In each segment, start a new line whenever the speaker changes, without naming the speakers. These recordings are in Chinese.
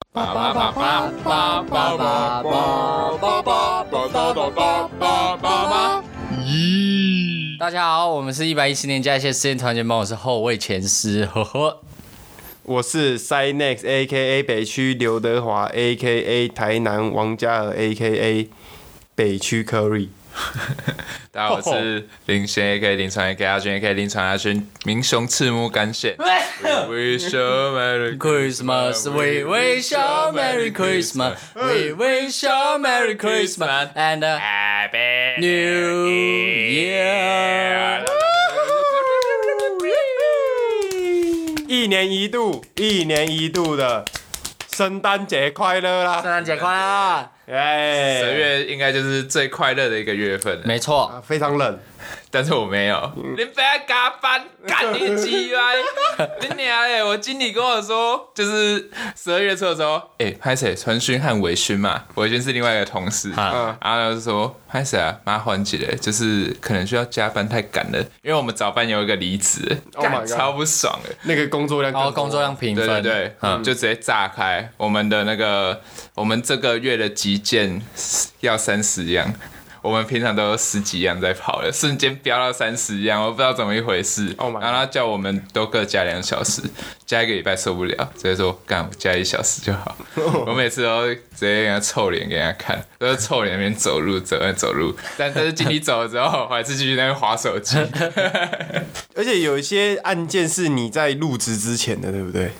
巴巴巴巴巴巴巴巴巴巴巴巴巴巴巴。咦！
大家好，我们是一百一七年加一些实验团结盟，我是后卫前师，呵呵。
我是 Cynex A K A 北区刘德华 A K A 台南王嘉尔 A K A 北区 Curry。
大家 好，我是林轩 A K 林传 A K 阿军 A K 林传阿军，民雄赤木干 线。We wish you a merry
Christmas, Uh, we wish you a merry Christmas, we wish you a merry Christmas and 呃 a
Happy
new year。
一年一度，一年一度的圣诞节快
圣
乐啦！
诞节快乐！
哎，
十月应该就是最快乐的一个月份了，
没错，
啊非常冷，
但是我没有。
嗯
你不要加班，干你鸡 歪！你娘嘞！我经理跟我说，就是十二月初的时候，哎、拍谁？传讯和伟勋嘛，伟勋是另外一个同事，
啊
啊，然后就说拍谁啊？麻烦姐嘞，就是可能需要加班太赶了，因为我们早班有一个离职，
Oh
干、
my god
超不爽的。
那个工作量
然
更
后
多，
哦工作量平
对对
分，
对，嗯，就直接炸开我们的那个，我们这个月的极限要三十样，我们平常都有十几样在跑了，瞬间飙到三十样，我不知道怎么一回事。
Oh my
然后他叫我们都各加两小时，加一个礼拜受不了，直接说干我加一小时就 好。我每次都直接给他臭脸给人家看，都是臭脸那边走路走那走路，但但是经理走了之后，我还是继续在那边划手机。
而且有一些案件是你在入职之前的，对不对？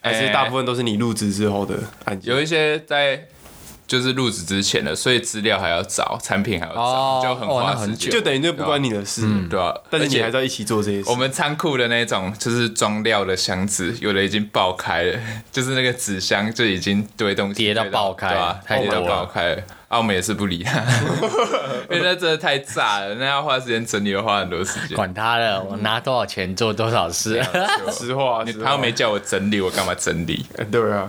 还是大部分都是你入职之后的案件？
哎有一些在就是入职之前的，所以资料还要找，产品还要找，
哦
就很
哦那
花
很
时
久
间，
就等于这不关你的事，
对吧、啊？
但是你还
在
在一起做这些事
我。们仓库的那种就是装料的箱子，有的已经爆开了， 就是那个纸箱就已经堆东西
叠到
堆
爆开
对啊，
太
叠到
多了
爆开了。啊，我们也是不理 他，因为那真的太炸了，那要花时间整理，要花很多时 间。
管他的，我拿多少钱做多少事。
实话，
你
实
他
话
又没叫我整理，我干嘛整理？
对啊，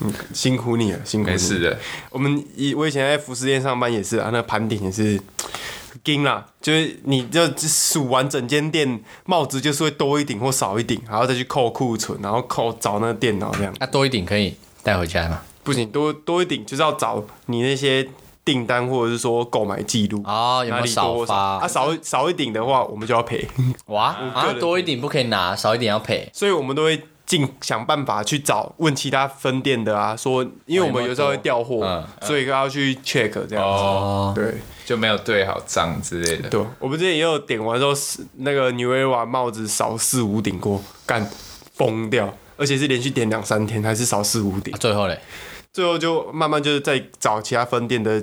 嗯辛苦你了，辛苦你。
没事的，
我们以我以前在服饰店上班也是啊，那盘点也是。盯啦，就是你就数完整间店，帽子就是会多一顶或少一顶，然后再去扣库存，然后扣找那个电脑这样。
那多一点可以带回家吗？
不行，多多一顶就是要找你那些订单或者是说购买记录
哦有没有
哪里
少
多
发
啊，少少一顶的话，我们就要赔，
哇，
个
啊，
人
多一点不可以拿，少一点要赔。
所以我们都会尽想办法去找问其他分店的啊，说因为我们有时候会调货，
嗯
所以要去 check 这样子。
哦，
对
就没有对好账之类的。
对，我们之前也有点完之后，是那个 New Era 帽子少四五顶过，干疯掉，而且是连续点两三天，还是少四五顶
啊，最后嘞，
最后就慢慢就是在找其他分店的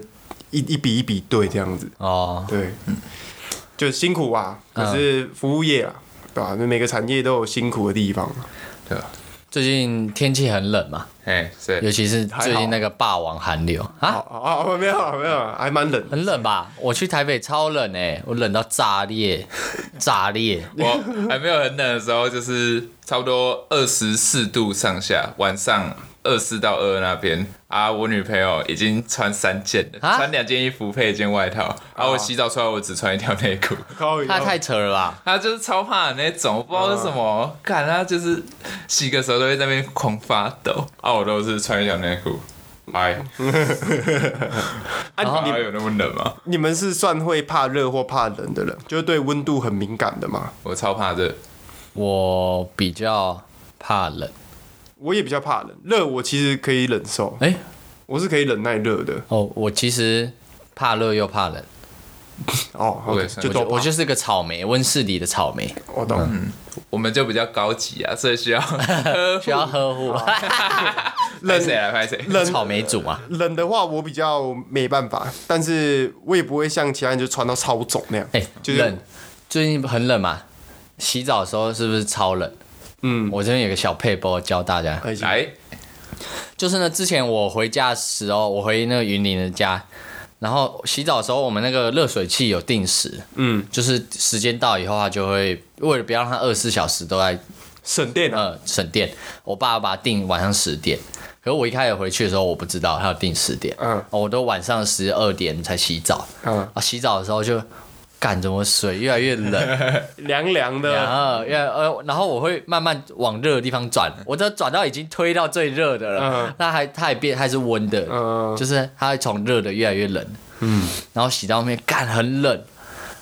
一一笔一笔对这样子。
哦，
对，就辛苦啊，可是服务业啊，对吧、那每个产业都有辛苦的地方啊。
对吧？
最近天气很冷嘛，
哎，是
尤其是最近那个霸王寒流啊，
哦哦，没有啊没有啊，还蛮冷的。
很冷吧？我去台北超冷哎、我冷到炸 裂，炸裂。
我还没有很冷的时候，就是差不多二十四度上下，晚上二四到二那边啊，我女朋友已经穿三件了，
啊哦
穿两件衣服配一件外套，啊，我洗澡出来我只穿一条内 裤，
高
他太扯了吧？
她就是超怕的那种，我不知道是什
嗯
么，看她就是洗个时候都会在那边狂发抖，啊，我都是穿一条内裤。哎，
啊，
哪
你
有那么冷吗？
你们是算会怕热或怕冷的人，就是对温度很敏感的嘛？
我超怕热，
我比较怕冷。
我也比较怕冷，热我其实可以忍受，
哎、
我是可以忍耐热的。
哦，我其实怕热又怕冷，
哦
我
，OK，
也是
就
我
都
就嗯
怕
我就是个草莓，温室里的草莓，
我懂。
我们就比较高级啊，所以 需要呵
需要呵护。
拍谁来拍谁。
冷
草莓组嘛，
冷的话，我比较没办法，但是我也不会像其他人就穿到超肿那样。
哎、
就是
冷，最近很冷嘛，洗澡的时候是不是超冷？
嗯，
我这边有个小配包教大家，
哎，
来，
就是呢，之前我回家的时候，我回那个云林的家，然后洗澡的时候，我们那个热水器有定时，
嗯，
就是时间到以后，它就会为了不要让它二十四小时都在
省电啊，
呃省电，我爸把它定晚上十点。可是我一开始回去的时候，我不知道它有定十点，哦
嗯
我都晚上十二点才洗澡，
嗯，
啊，洗澡的时候就干怎么水越来越冷，
凉凉
然
的，
后越呃，然后我会慢慢往热的地方转，我这转到已经推到最热的了
嗯，
那还它还变还是温的，
嗯
就是它会从热的越来越冷，嗯，然后洗到后面干很冷，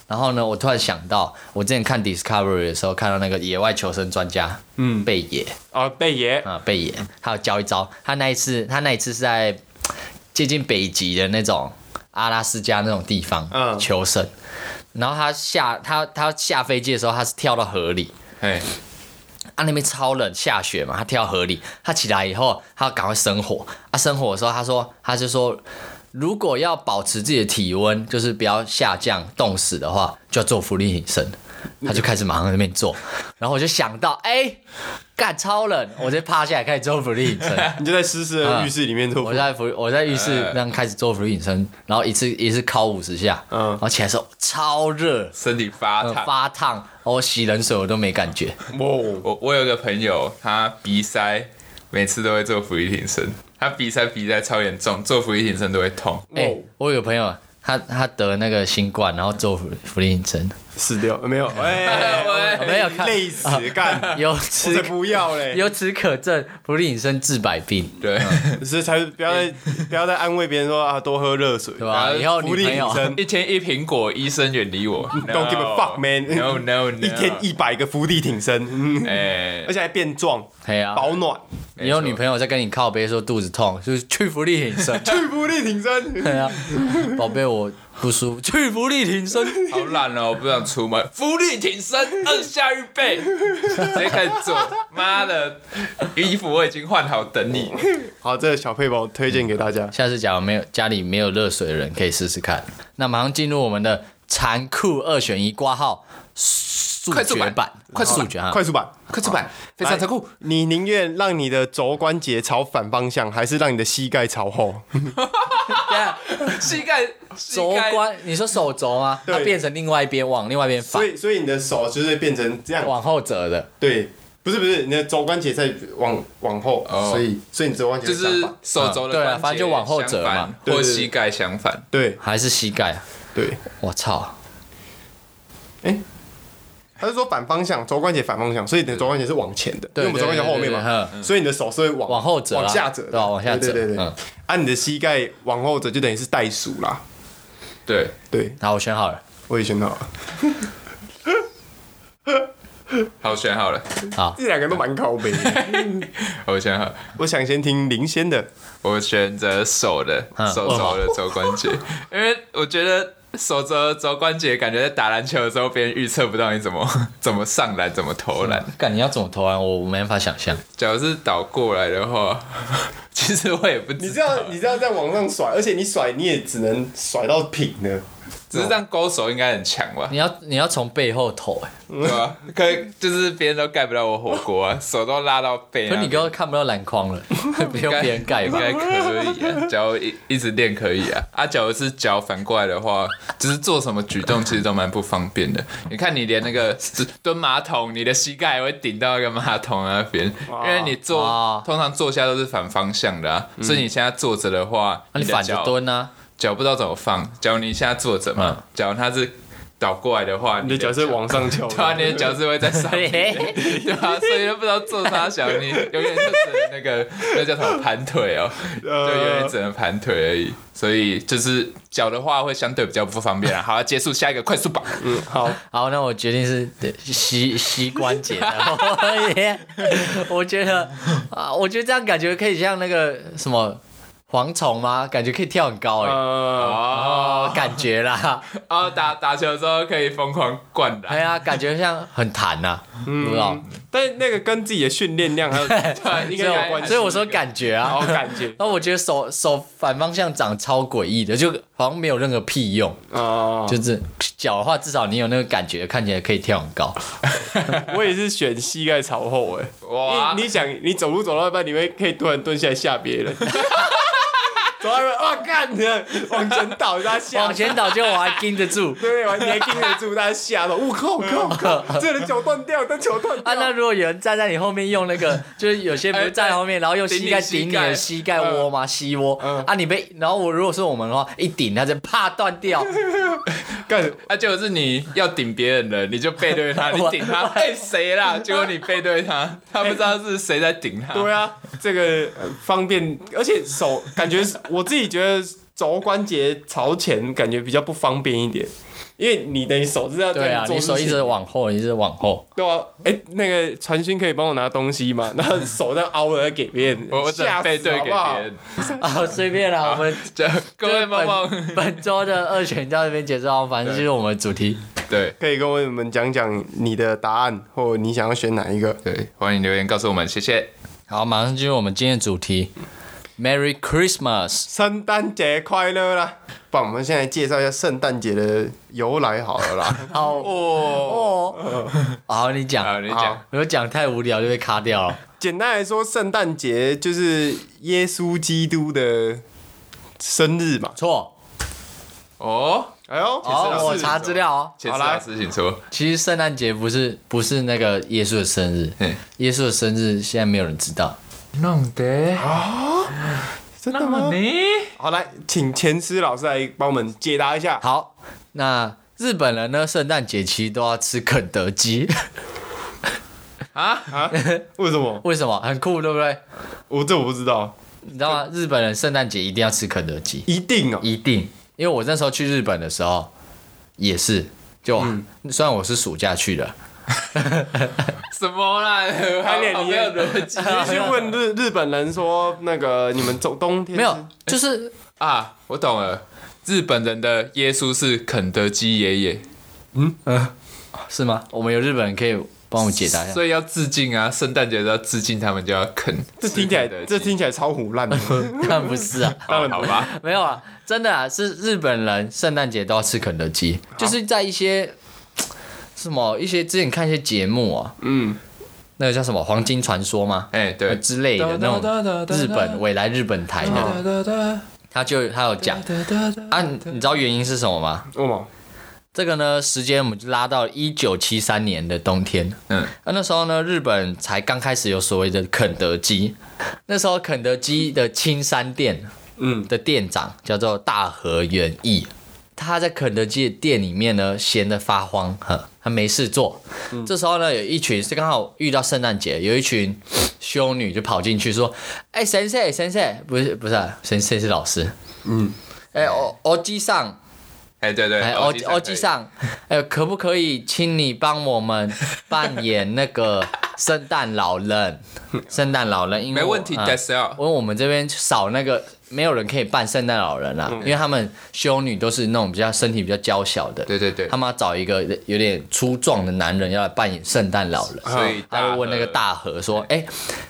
然后呢，我突然想到，我之前看 Discovery 的时候，看到那个野外求生专家，嗯，贝爷
啊，贝爷，
啊、贝爷，他有教一招，他那一次他那一次是在接近北极的那种阿拉斯加那种地方、
嗯
求生，然后他下他他下飞机的时候，他是跳到河里，
哎，
啊，那边超冷，下雪嘛，他跳河里，他起来以后，他要赶快生火。啊，生火的时候，他说，他就说，如果要保持自己的体温，就是不要下降冻死的话，就要做浮力挺身。
嗯
他就开始马上在那边做，然后我就想到，哎、干超冷，我直接趴下来开始做浮力挺身。
你就在湿湿的浴室里面做
我，在浮，我在浴室这样开始做浮力挺身，然后一次一次敲五十下，
嗯
然后起来的时候超热，
身体发
呃
烫。
发烫，然后我洗冷水我都没感觉。
哇，
我我有个朋友，他鼻塞，每次都会做俯卧撑，他鼻塞鼻塞超严重，做俯卧撑都会 痛。
哎、
哇
我有朋友，他他得那个新冠，然后做福福利针，
死掉没有？哎，
没有看啊
累死，干，
由
我才
此
不要嘞，
由此可证，福利针治百病，
对，
是才不要再不要再安慰别人说啊，多喝热水，
哎对吧？以后女
福利
朋
女
友，
生
一天一苹果，医生远离我。
嗯，Don't give a fuck, man.
No no no。
一天一百个伏地挺身，嗯，
哎
而，且还变壮，
哎呀、
保暖，。
以哎后女朋友在跟你靠背说肚子痛，就是去福利挺身
去伏地挺 身，
对啊，宝贝，我不舒服，去福利挺身。
好懒哦，我不想出门。浮力挺身，按下预备，直接开始做。妈的，衣服我已经换好等 你。
好，这个小配包推荐给大家。
下次假如没有家里没有热水的人，可以试试看。那马上进入我们的残酷二选一挂号速
快速
决
版
版，
快速版
速决啊！
快速版，
快出版，非
来
常残酷。！
你宁愿让你的肘关节朝反方向，还是让你的膝盖朝后？
等一下
膝盖，膝
啊肘
盖
关，你说手肘吗？
对
它变成另外一边，往另外一边反
所，以，所以你的手就是变成这样。
往后折的。
对，不是不是，你的肘关节在往往后，
哦
所以所以你肘关节
就
会
是
相反
手肘的关节相反、
嗯对啊反正就往后折嘛
对
或
对对
膝盖相反。
对
还是膝盖啊！
对。
我操，
他是说反方向，肘关节反方向，所以你的肘关节是往前的，因
对
为我们肘关节后面
对对对
嘛
对，
所以你的手是会往
往后折啊
往下折的，
对吧往下折
对对对
嗯，
啊，你的膝盖往后折就等于是袋鼠啦。
对，
对，
好，我选好了。
我也选好了，
好，选好了，
好，
这两个都蛮靠背的。
我选好了，
我想先听林先的，
我选择手的
嗯
手
为什
肘
么
的肘关节，因为我觉得手肘肘关节感觉在打篮球的时候，别人预测不到你怎么 怎么上篮，怎么投篮。
干，你要怎么投篮？我没办法想象。
假如是倒过来的话，其实我也不
你
知
这样你这样在往上甩，而且你甩你也只能甩到平的，
只是这样勾手应该很强吧
你？要你要从背后投、欸，
对吧？可以就是别人都盖不到我火锅啊，手都拉到背啊那
可
边。
是你都看不到篮筐 了，不用别人盖
应
吧？
该可以啊，只要一一直练可以啊。啊，假如是脚反过来的话，就是做什么举动其实都蛮不方便的。你看，你连那个蹲马桶，你的膝盖也会顶到一个马桶那边，因为你
哇嗯
坐通常坐下都是反方向的啊，所以你现在坐着的话，
那你
的
反着
脚
蹲嗯啊？
脚不知道怎么放。假如你现在坐着嘛，假如它是倒过来的话，
你的脚是往上翘 的。
对啊，你的脚是会在上面的，对啊，所以就不知道做啥小，你永远就只能那个那叫什么盘腿哦，就永
呃嗯
远只能盘腿而已。所以就是脚的话会相对比较不方便啊。好，结束下一个快速榜，
嗯，好，
好，那我决定是对 膝膝关节的。我觉得啊，我觉得这样感觉可以像那个什么蝗虫吗？感觉可以跳很高哎、欸
呃，
哦，感觉啦。
哦，打打球的时候可以疯狂灌
哎
篮，
呀，感觉像很弹呐、
嗯
不知道。
但那个跟自己的训练量还有
所以
应该有哦
我
哎关系
所以。我说感觉啊
好，感 觉
那我觉得手手反方向长超诡异的，就好像没有任何屁用。
啊，
就是脚的话，至少你有那个感觉，看起来可以跳很高。
我也是选膝盖朝后哎。
哇
你！你想，你走路走到一半，你会可以突然蹲下来吓别 人。走到一半，哇，干你的往前倒，大家吓。。
往前倒就我还盯得住
对，完你还盯得住，大家吓到，我靠，我靠，我靠，这人脚断掉，但脚断
啊，那
掉。
如果有人站在你后面用那个，就是有些不是站在后面，然后用膝盖顶你的膝盖窝吗？膝窝啊，你被然后我如果是我们的话，一顶它就啪断掉，
干
啊，就是你要顶别人了，你就背对 他，你顶他，哎谁啦？结果你背对他，他不知道是谁在顶他。
对啊，这个呃方便，而且手感觉是我自己觉得肘关节朝前感觉比较不方便一点，因为你等于手是要
对
在
啊，
做
你
事情
手一直往后，你一直往 后，
对啊，哎、那个传讯可以帮我拿东西吗？然后手这样凹了给别人，
我我只
吓
能
死
背对
好
给
不好
别人。
啊，随便啦，我们
这各
就是
位
本
棒棒，
本周的二选到这边结束哦，反正就是我们的主题。
对
可以跟我们讲讲你的答案，或你想要选哪一个？
对，欢迎留言告诉我们，谢谢。
好，马上进入我们今天的主题，Merry Christmas。
圣诞节快乐啦！不然我们现在介绍一下圣诞节的由来好了啦。
哦
哦，
哦，好，你
好，
讲，
你
好
讲，
如果讲太无聊就被卡掉了。
简单来说，圣诞节就是耶稣基督的生日嘛。
错，
哦，
哎呦，
哦，我查资料哦。
前次
好
老
来
师请说，
其实圣诞节不是不是那个耶稣的生日
嗯，
耶稣的生日现在没有人知道。
弄得
真的
那么
吗？
你
好，来，请前师老师来帮我们解答一下。
好，那日本人呢，圣诞节其实都要吃肯德基，
啊，
啊？为什么？
为什么？很酷，对不对？
我这我不知道，
你知道吗？日本人圣诞节一定要吃肯德基，
一定哦。
一定。因为我那时候去日本的时候也是，就、
嗯
虽然我是暑假去的，
什么啦？
看脸
好
你
没
也
有逻辑
你去问日日本人说，那个你们冬冬天
没
是
有，就是
啊！我懂了，日本人的耶稣是肯德基爷爷，
是吗？我们有日本人可以帮我们解答一下。
所以要致敬啊！圣诞节都要致敬他们，就要肯。
这听起来这听起来超胡乱的。
但不是啊，
当哦然好吧，
没有啊，真的啊，是日本人圣诞节都要吃肯德基，就是在一些什么一些之前看一些节目啊，
嗯，
那个叫什么《黄金传说》吗？
哎，对，
之类的那种日本未来日本台
嗯
的，他就他有讲啊，你你知道原因是什么吗？
为什么？
这个呢，时间我们就拉到一九七三年的冬天。
嗯，
那那时候呢，日本才刚开始有所谓的肯德基。那时候肯德基的青山店，
嗯
的店长叫做大和元义，他在肯德基的店里面呢，闲得发慌，呵，他没事做。
嗯
这时候呢，有一群是刚好遇到圣诞节，有一群修女就跑进去说：“哎、神社神社，不是不是啊，神社是老师，
嗯，
哎、哦哦基上。”
哎，对对，
哎，欧
基
欧基上，哎，可不可以请你帮我们扮演那个圣诞老 人？圣诞老人，因为
没
我
问题
啊
，That's all
因为我们这边少那个，没有人可以扮圣诞老人啦、啊
嗯
因为他们修女都是那种比较身体比较娇小的，
对对对
他，们要找一个有点粗壮的男人要来扮演圣诞老人。啊
所以
他
大
就问那个大河说：“哎、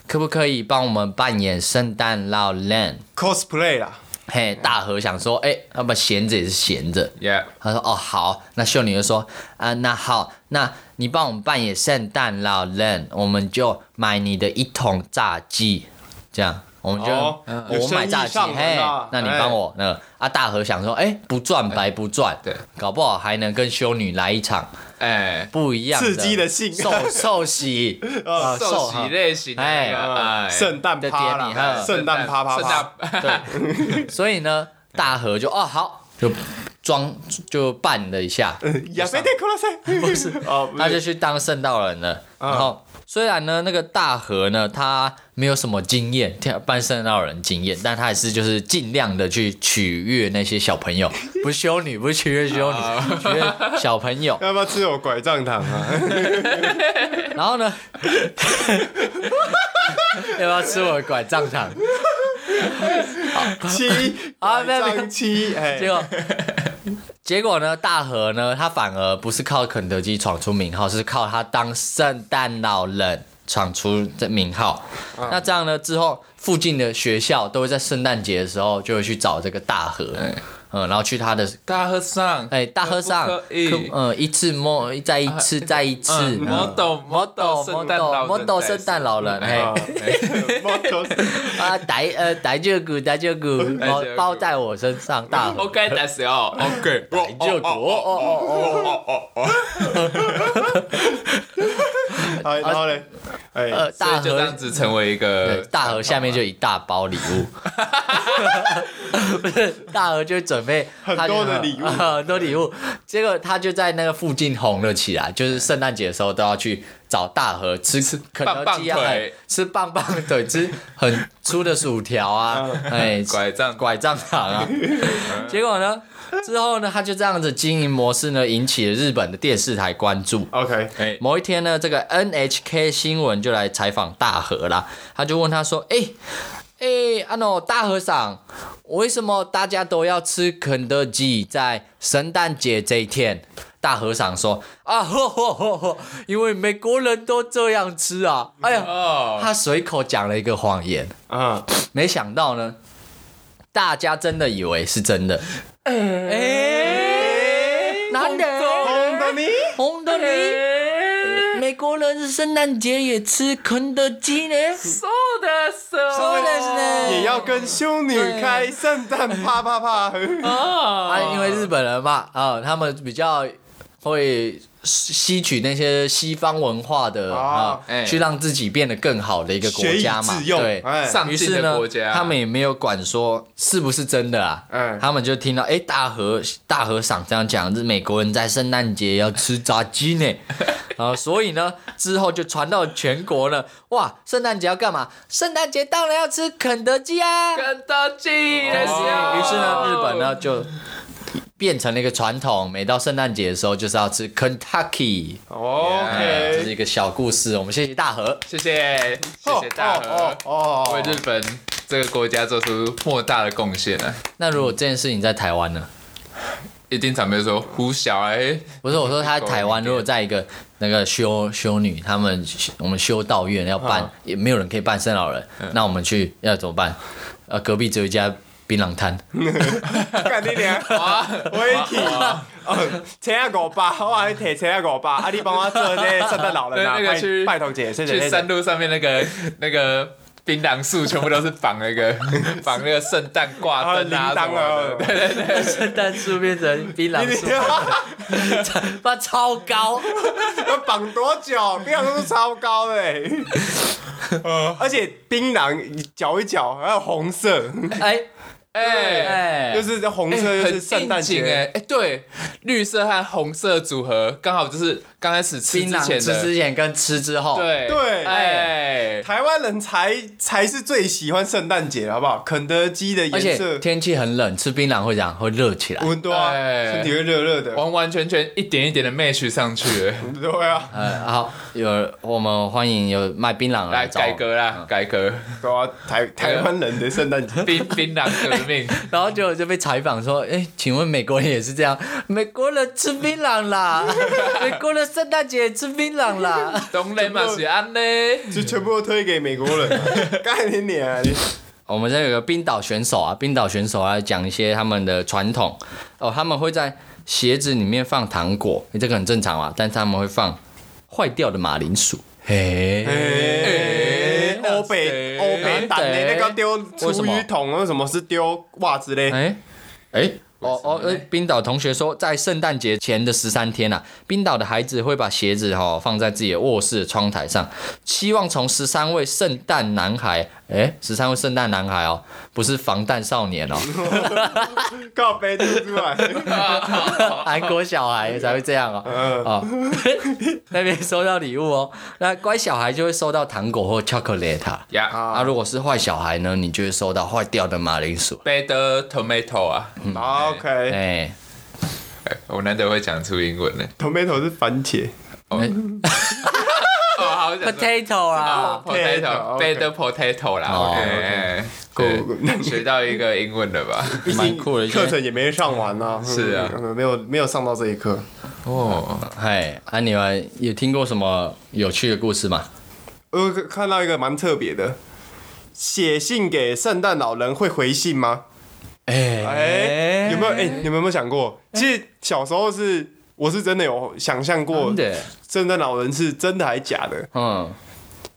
可不可以帮我们扮演圣诞老人
，cosplay 啦，？”
嘿，大河想说：“哎、要不闲着也是闲着，
，Yeah，
他说：“哦，好。”那秀女就说：“啊、那好，那你帮我们扮演圣诞老人，我们就买你的一桶炸鸡，这样我们就、
哦有
我买炸鸡，
生意上
嘿
门啊，
那你
哎
帮我那个啊。”大和想说：“哎、不赚白不赚，
对，
搞不好还能跟修女来一场
哎，
不一样
刺激的哦性
受受 洗啊
受洗类型的那个，哎，
呃圣诞
的
趴
典礼呃哈
啦，嗯圣诞趴趴
圣
趴，
诞，
对，所以呢，大和就哦好，就装就扮了一下，
亚非特克拉塞， 不是 哦，
他就去当圣道人了。然后虽然呢，那个大和呢，他没有什么经验，扮圣道人经验，但他还是就是尽量的去取悦那些小朋友，不是修女，不是取悦修女，取悦小朋友。
要不要吃我拐杖糖 啊？
然后呢， 要不要吃我的拐杖糖？
七
啊
啊，
没有没有
那七，哎，
结果。结果呢，大和呢，他反而不是靠肯德基闯出名号，是靠他当圣诞老人闯出这名号。那这样呢，之后附近的学校都会在圣诞节的时候就会去找这个大和，
哎
嗯，然后去他的
大和尚，
哎大和尚，
可不可以
可嗯，一次摸，再一次，再一次，
嗯
嗯
，model model 圣诞老人
，model 圣诞老人，哎
啊，
啊，打呃打这股打这股，包
这股
包在我身上，大和。
，OK that's 哎 all OK
哎就股哦哦哦哦哦哦，
好，然后嘞，哎，
呃，
所
大
以就这
盒
样子成为一个
对，大盒下面就一大包礼物，不是大盒就准备
很
他就
多的礼 物
很多礼物。结果他就在那个附近红了起来，就是圣诞节的时候都要去找大盒吃吃肯德基啊，
棒棒
哎
腿
吃棒棒腿，吃很粗的薯条啊，哎，
拐杖
拐杖糖啊。结果呢，之后呢，他就这样子经营模式呢，引起了日本的电视台关注。
OK，
哎，
某一天呢，这个 NHK 新闻就来采访大和啦，他就问他说：“哎、哎，阿、诺大和尚，为什么大家都要吃肯德基在圣诞节这一天？”大和尚说：“啊，呵呵呵呵，因为美国人都这样吃啊。”哎呀，
哦，
他随口讲了一个谎言，
嗯，
没想到呢，大家真的以为是真的。哎、难得。
红哦的你，哎
红的你，美国人圣诞节也吃肯德基呢。
そうです
そうですね
也要跟修女开圣诞啪啪啪，
啊，因为日本人嘛，啊，他们比较会吸取那些西方文化的啊
啊，
哎
去让自己变得更好的一个国
学以
家嘛。
致用
对，
哎
上
于
进
是
的
呢
国家，，嗯
他们也没有管说是不是真的啊，
哎
他们就听到哎、大和大和赏这样讲，是美国人在圣诞节要吃炸鸡 呢，然后所以呢之后就传到全国了，哇，圣诞节要干嘛？圣诞节当然要吃肯德基啊！
肯德基啊
于
的
于是呢，日本呢就变成了一个传统，每到圣诞节的时候就是要吃 Kentucky，哎这是
OK，
一个小故事，我们谢谢大和。
谢谢谢谢大
哦
和
哦
为日
哦，
本这个国家做出莫大的贡献啊！
那如果这件事情在台湾呢？
一定长辈说胡小哎，
不是我说，他在台湾如果在一个那个修修女，他们我们修道院要办
啊
嗯，
也没有人可以办圣老人，
嗯
那我们去要怎么办？呃，隔壁只有一家槟榔摊，
嗯
干你 娘！我一起，哦车啊五百，我还提车啊五百，啊你帮我做这圣诞老
对
人啊，
那个去
拜拜托姐，谢谢
去
谢谢
山。路上面那个那个槟榔树，全部都是绑那 个绑那个圣诞挂灯啊
啊铃铛
什么的
啊
对对对，
圣诞树变成槟榔树， 把超高，
要绑多久？槟榔都是超高 的、欸，呃，而且槟榔搅一搅，还有红色，
哎
哎。
哎，
就是红色就是圣诞节，
哎、哎、对，绿色和红色组合刚好就是刚开始吃
槟
之
榔
前
吃
的，
之前跟吃之后，
对
对
哎、
台湾人才才是最喜欢圣诞节，好不好？肯德基的
而
颜
且
色，
天气很冷，吃槟榔会怎样？会热起来。
温度啊，
哎
身体会热热的，
完完全全一点一点的 match 上去了，
对啊，
呃，好，有我们欢迎有卖槟榔的
来
找我
哎改
们
革
嗯
啦，改革，
对啊，台台湾人的圣诞节，
槟槟榔革命，
然后就就被采访说：“哎，请问美国人也是这样？美国人吃槟榔啦， 美国人圣诞节也吃槟榔啦。
东雷嘛是安嘞，
就全部都推给美国人、干你娘、啊！你”
我们这有个冰岛选手啊，冰岛选手来讲一些他们的传统哦，他们会在鞋子里面放糖果，这个很正常啊嘛，但是他们会放坏掉的马铃薯。嘿，
诶，
那
欧北
谁
欧北蛋
那
的
谁
那个丢
为什
厨
么
余桶，为什么是丢袜子嘞？
哎哎。哦哦，呃冰岛同学说，在圣诞节前的十三天啊，冰岛的孩子会把鞋子哈、哦、放在自己的卧室的窗台上，希望从十三位圣诞男孩，哎，十三位圣诞男孩哦，不是防弹少年哦，
告白吐出来，
韩国小孩才会这样哦。哦， 那边收到礼物哦，那乖小孩就会收到糖果或巧克力塔。
呀
啊，如果是坏小孩呢，你就会收到坏掉的马铃薯。
，bad tomato 啊，
嗯
OK，
哎，
哎我难得会讲出英 文呢，
tomato 是番茄
哦，好想说
potato 啊啦，
，potato，bad potato 啦
哦
，OK，
够
对学到一个英文了 吧？
毕
蛮
竟
酷的
课程也没上完呢。
是啊
嗯，没有没有上到这一课。
哦，
嗨，啊，你们有听过什么有趣的故事吗？
我看到一个蛮特别的，写信给圣诞老人会回信吗？
哎、
哎，有没有？哎，你们有没有想过？其实小时候是我是真的有想象过
真，的？
圣诞老人是真的还假的？
嗯，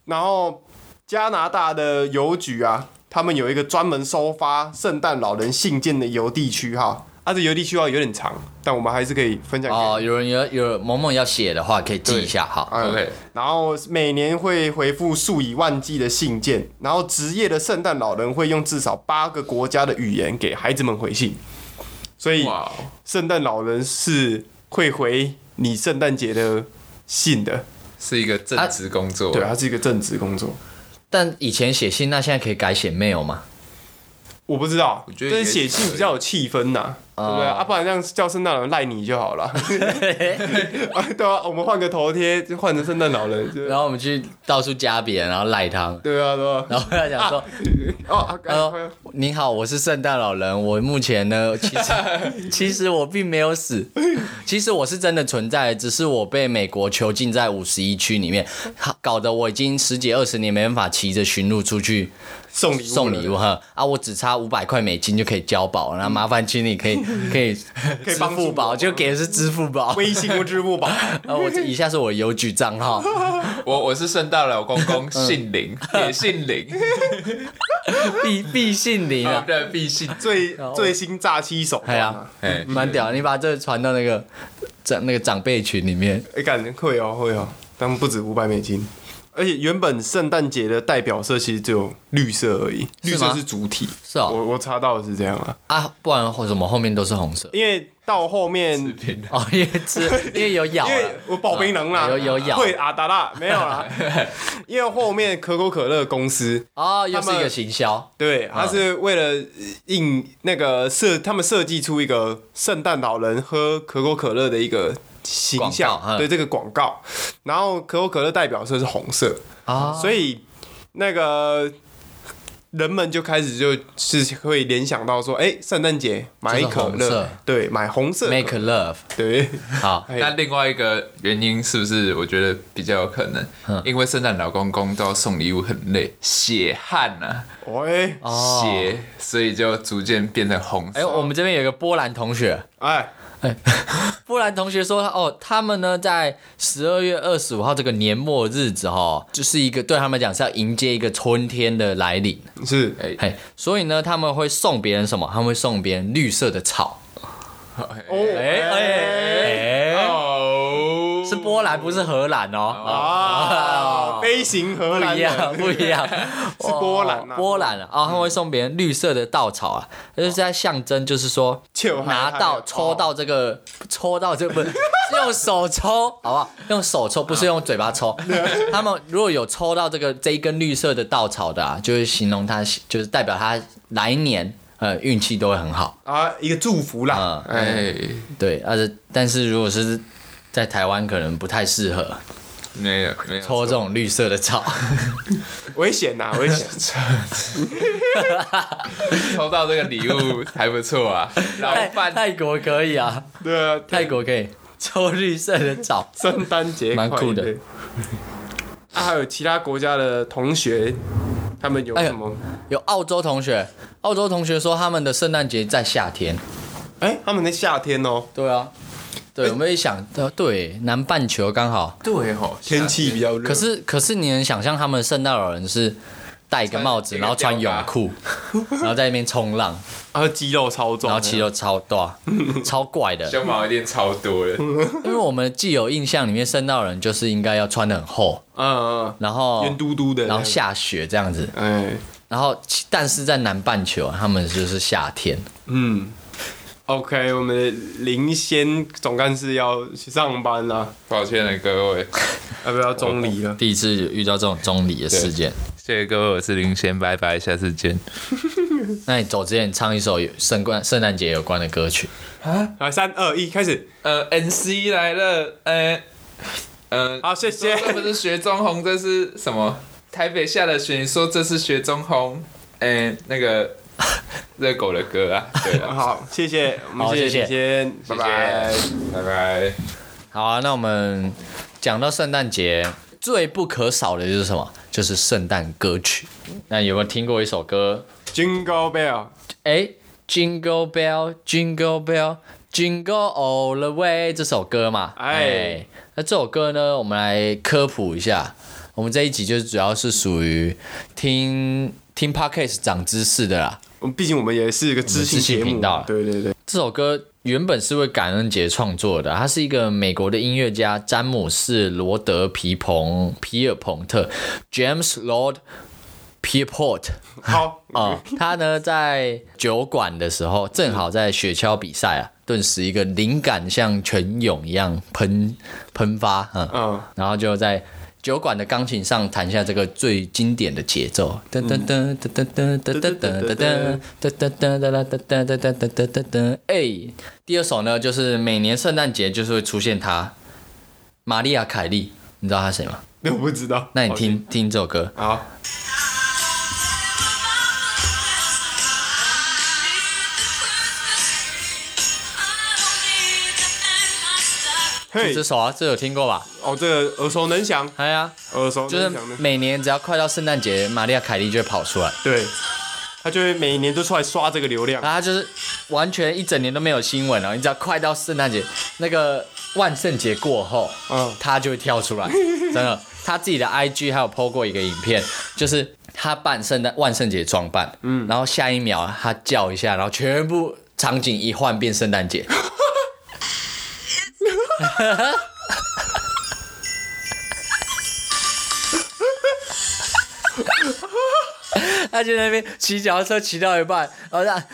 然后加拿大的邮局啊，他们有一个专门收发圣诞老人信件的邮递区哈。啊，这邮递需要有点长，但我们还是可以分享给
哦，有人有有萌萌要写的话，可以记一下。好，
嗯
OK
然后每年会回复数以万计的信件，然后职业的圣诞老人会用至少八个国家的语言给孩子们回信，所以
哇，
圣诞老人是会回你圣诞节的信的，
是一个正职工
啊
作，
对，它是一个正职工作。
但以前写信，那现在可以改写 mail 吗？
我不知道，
觉得
但
也
是写信比较有气氛呐、对不对？啊，不然这样叫圣诞老人赖你就好了。啊对啊，我们换个头贴，就换成圣诞老人。对
然后我们去到处加别人，然后赖他们，
对啊，对啊。
然后跟他讲说。
哦，啊
他说：“呃您好，我是圣诞老人。我目前 呢，其实其实我并没有死，其实我是真的存在，只是我被美国囚禁在五十一区里面，搞得我已经十几二十年没办法骑着驯鹿出去
送礼物，
送礼
物，
物哈啊！我只差五百块美金就可以交保，然后麻烦请你可以可以
嗯 可以
支
帮助
付
我
宝，就给的是支付宝。
微信或支付宝。
啊，我以下是我邮局账 号，
我我是圣诞老公 公，嗯姓林，
嗯
也姓林，
必必姓林啊。
对，必姓
最最新诈欺手
哎
段
呀
啊！
哎，
蛮屌的，你把这个传到那个长那个长辈群里面，
哎，感觉会哦，会哦，他们不止五百美金。而且原本圣诞节的代表色其实只有绿色而已，绿
是吗
色是主体。
是哦
我我查到的是这样啊，
啊，不然或什么后面都是红色
因为到后面
平
哦，因为吃因为有咬啊
因为
了，
我保槟榔啦，
有有咬
会阿达啦，没有 啦。因为后面可口可乐公司，
哦，又
他
是
们
一个行销
对，它是为了应那个设，他们设计出一个圣诞老人喝可口可乐的一个形象
广告，嗯
对这个广告。然后可口可乐代表色是红色，
啊，
所以那个。人们就开始就是会联想到说，哎、圣诞节买
就是
可
红
乐
色，
对，买红色可，
make love 啊
对，
好
哎
那另外一个原因是不是？我觉得比较有可
嗯
能，因为圣诞老公公都要送礼物很累，血汗啊，
喂，
哦
血，所以就逐渐变成红
哎、
啊
色。
我们这边有一个波兰同学，
哎，
波兰同学说，哦，他们呢在十二月二十五号这个年末日子哈、哦，就是一个对他们讲是要迎接一个春天的来临，
是
嘿，所以呢他们会送别人什么？他们会送别人绿色的草，
哦，
哎哎哎，
哦，
是波兰不是荷兰哦。
啊，飞行荷
不
兰
一样，
人
不一样，
是波兰啊哦
哦波兰啊，哦，他们会送别人绿色的稻草啊，就是在象征，就是说
就还哦
拿到
还
抽到这个，抽到这不是 是用手抽，好不好？用手抽，不是用嘴巴 抽。他们如果有抽到这个这一根绿色的稻草的啊，就是形容他，就是代表他来年呃运气都会很好。
啊，一个祝福啦，
嗯
哎，
哎，
对，而且但是如果是在台湾，可能不太适合
没有没有
抽这种绿色的草。
危险 呐，危险，
抽到这个礼物还不错啊， 老
泰
板
泰国可以啊。
对啊，，
泰国可以抽绿色的草
圣诞节
蛮
快
酷的
乐。啊，还有其他国家的同学，他们有
哎呦
什么？
有澳洲同 学，澳洲同学说他们的圣诞节在夏天。
哎，他们在夏天哦，
对啊，对，我们一想，呃对，南半球刚好。
对哦吼，
天气比较热，
可是可是你能想象他们圣诞老人是戴一个帽子，
穿
然后穿泳 裤，然后在那边冲浪，
啊，肌肉超重，
然后肌肉超 大，超怪的。
胸毛一定超多的，
因为我们既有印象里面圣诞老人就是应该要穿的很厚，
嗯，嗯
然
嗯，
后
圆嘟嘟的，
然后，下雪这样子，
哎，
然后其但是在南半球他们就是夏天。
嗯。OK，我们的林先总干事要去上班了，
抱歉了各位，
要不要钟离了？
第一次遇到这种中离的事件。
谢谢各位，我是林先，拜拜，下次见。
那你走之前唱一首有圣冠圣诞节有关的歌曲，
来，三二一，开始。
呃，NC 来了，呃，呃，
好，谢谢。
这不是雪中红，这是什么？台北下了雪，你说这是雪中红？哎、那个热狗的歌啊，对啊，
好，谢谢，我们
好
谢
谢谢
你先，拜拜。
拜拜。
好啊。那我们讲到圣诞节最不可少的就是什么？就是圣诞歌曲。那有没有听过一首歌？
Jingle Bell，
哎，Jingle Bell, Jingle Bell, Jingle All the Way 这首歌嘛。
哎
哎，那这首歌呢，我们来科普一下。我们这一集就是主要是属于听听 podcast 长知识的啦。
我们毕竟我们也是一个知性节
我们知性
目啊
频道，
对对对，
这首歌原本是为感恩节创作的，它是一个美国的音乐家詹姆士·罗德·皮蓬皮尔彭特 （James Lord Pierpont）
好，
哦， 他呢在酒馆的时候，正好在雪橇比赛啊，顿时一个灵感像泉涌一样喷喷发，嗯，
嗯，
然后就在酒馆的钢琴上弹下这个最经典的节奏，噔噔噔噔噔噔噔噔噔噔噔噔噔噔噔噔噔噔噔噔。哎，第二首呢，就是每年圣诞节就是会出现她，玛丽亚·凯莉，你知道她谁吗？
那我不知道。
那你听听这首歌，
好，好，嘿
这，首啊，这有听过吧？
哦，这个耳熟能详，
哎呀，
耳熟
就是
能详的，
每年只要快到圣诞节，玛丽亚·凯莉就会跑出来，
对，他就会每年都出来刷这个流量，
然后她就是完全一整年都没有新闻哦，你只要快到圣诞节，那个万圣节过后，
嗯，
他就会跳出来， 真的。他自己的 IG 还有 PO 过一个影片，就是他扮圣诞万圣节装扮，嗯，然后下一秒他叫一下，然后全部场景一换变圣诞节。他就在那边骑脚踏车骑到一半，然 后让啊，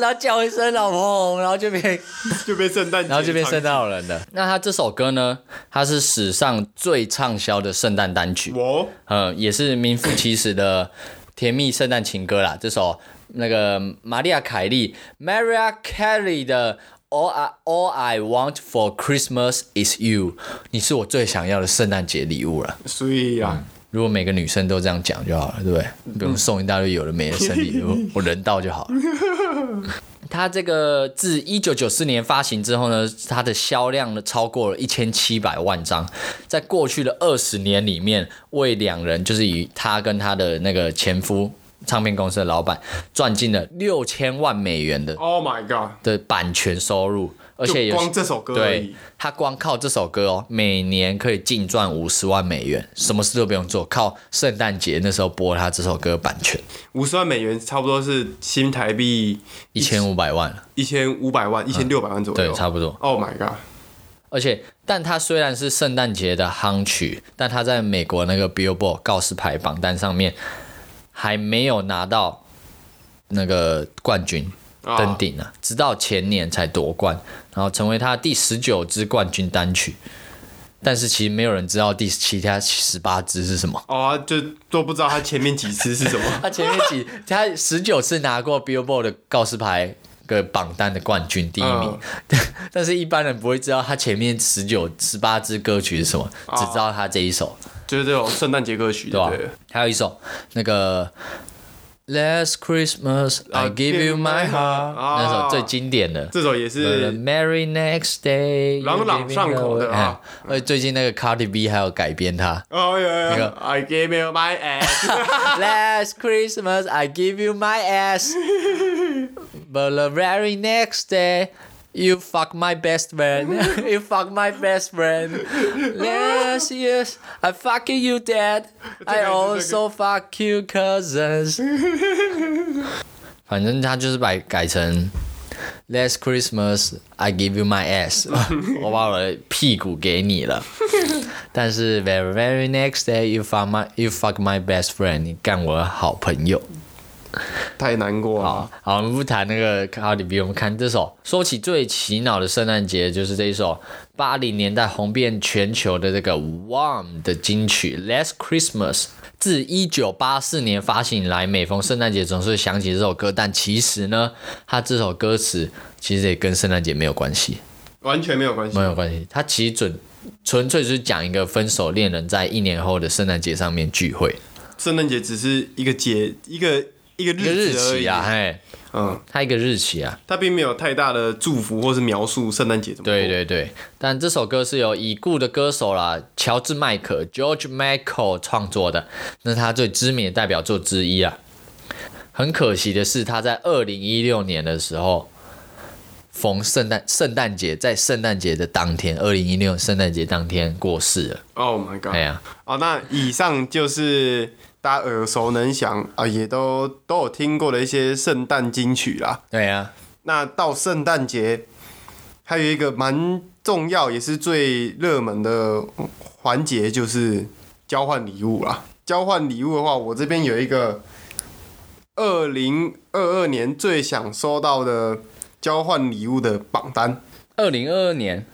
然后叫一声老婆，然后就变
就被圣诞节唱，
然后就变圣诞老人了。 那他这首歌呢，它是史上最畅销的圣诞单曲，
我
呃，也是名副其实的甜蜜圣诞情歌啦。这首那个玛丽亚·凯莉 （Maria Carey） 的。All I All I Want for Christmas is You，你是我最想要的圣诞节礼物了。
所以啊，
如果每个女生都这样讲就好了，对不对？不用送一大堆有的没的生 理，我我人到就好了。 他这个自一九九四年发行之后呢，它的销量呢超过了一千七百万张，在过去的二十年里面，为两人就是以他跟他的那个前夫唱片公司的老板赚进了六千万美元的
Oh my God，
的版权收入，而且有
就光这首歌而
对
已，
他光靠这首歌哦，每年可以净赚五十万美元，什么事都不用做，靠圣诞节那时候播他这首歌版权
五十万美元差不多是新台币
一千五百万，
一千五百万、一千六百万左右，
对，差不多。
Oh my God，
而且，但它虽然是圣诞节的夯曲，但它在美国那个 Billboard 告示牌榜单上面还没有拿到那个冠军
啊
登顶呢、直到前年才夺冠，然后成为他第十九支冠军单曲。但是其实没有人知道第其他十八支是什么。
哦，就都不知道他前面几次是什么。
他前面几，他十九次拿过 Billboard 的告示牌的榜单的冠军第一名，
嗯
但 但是一般人不会知道他前面十九、十八支歌曲是什么，只知道他这一首，
就是这种圣诞节歌曲，
对啊吧
啊对了？
还有一首那个 Last Christmas I Give You My Heart，
啊
那首最经典的。
这首也
The
是
Merry Next Day，
朗啊朗上口的啊
嗯。而且最近那个 Cardi B 还有改编它。
哦有
那
有
个
，I gave you my ass，
Last Christmas I give you my ass, but the very next day you fuck my best friend. you fuck my best friend. Last years I fuck you dead. I also fuck you cousins. 反正他就是把改成 Last Christmas I give you my ass，我 把我的屁股给你了。但是 very very next day you fuck my you fuck my best friend，你干我的好朋友。
太难过了。
好，我们不谈那个卡里比，我们看这首。说起最洗脑的圣诞节，就是这一首八零年代红遍全球的这个 Warm 的金曲《Last Christmas》。自一九八四年发行以来，每逢圣诞节总是会想起这首歌，但其实呢，它这首歌词其实也跟圣诞节没有关系。
完全没有关系
没。有关系，他其实准纯粹就是讲一个分手恋人在一年后的圣诞节上面聚会，
圣诞节只是一个节，一个一
一个
个日
日
子而
期啊，
已。
嘿，
嗯，
他一个日期啊，
它并没有太大的祝福或是描述圣诞节怎么过
对对对，但这首歌是由已故的歌手啦，乔治麦克 （George Michael） 创作的，那是他最知名的代表作之一啊。很可惜的是，他在二零一六年的时候，逢圣诞圣诞节，在圣诞节的当天，二零一六圣诞节当天过世了。
Oh my
哎
god！
呀、
哦，那以上就是大家耳熟能详啊，也都都有听过的一些圣诞金曲啦。
对啊呀、
那到圣诞节，还有一个蛮重要也是最热门的环节，就是交换礼物啦。交换礼物的话，我这边有一个二零二二年最想收到的交换礼物的榜单。
2二零二二年，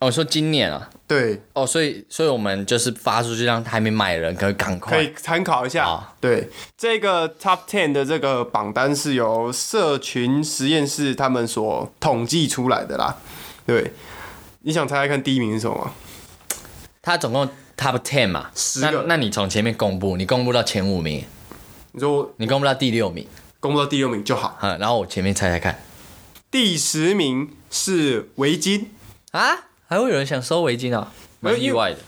哦，说今年啊，
对，
哦，所以所以我们就是发出去，让还没买的人可以赶
可
快
以参考一下
好。
对，这个 Top Ten 的这个榜单是由社群实验室他们所统计出来的啦。对，你想猜猜看第一名是什么吗？
他总共 top ten 嘛，
十
那
个
那你从前面公布，你公布到前五名，
你说我
你公布到第六名，
公布到第六名就好。
嗯，然后我前面猜猜看
第十名是围巾，
啊，还会有人想收围巾啊，
没有
蛮意外的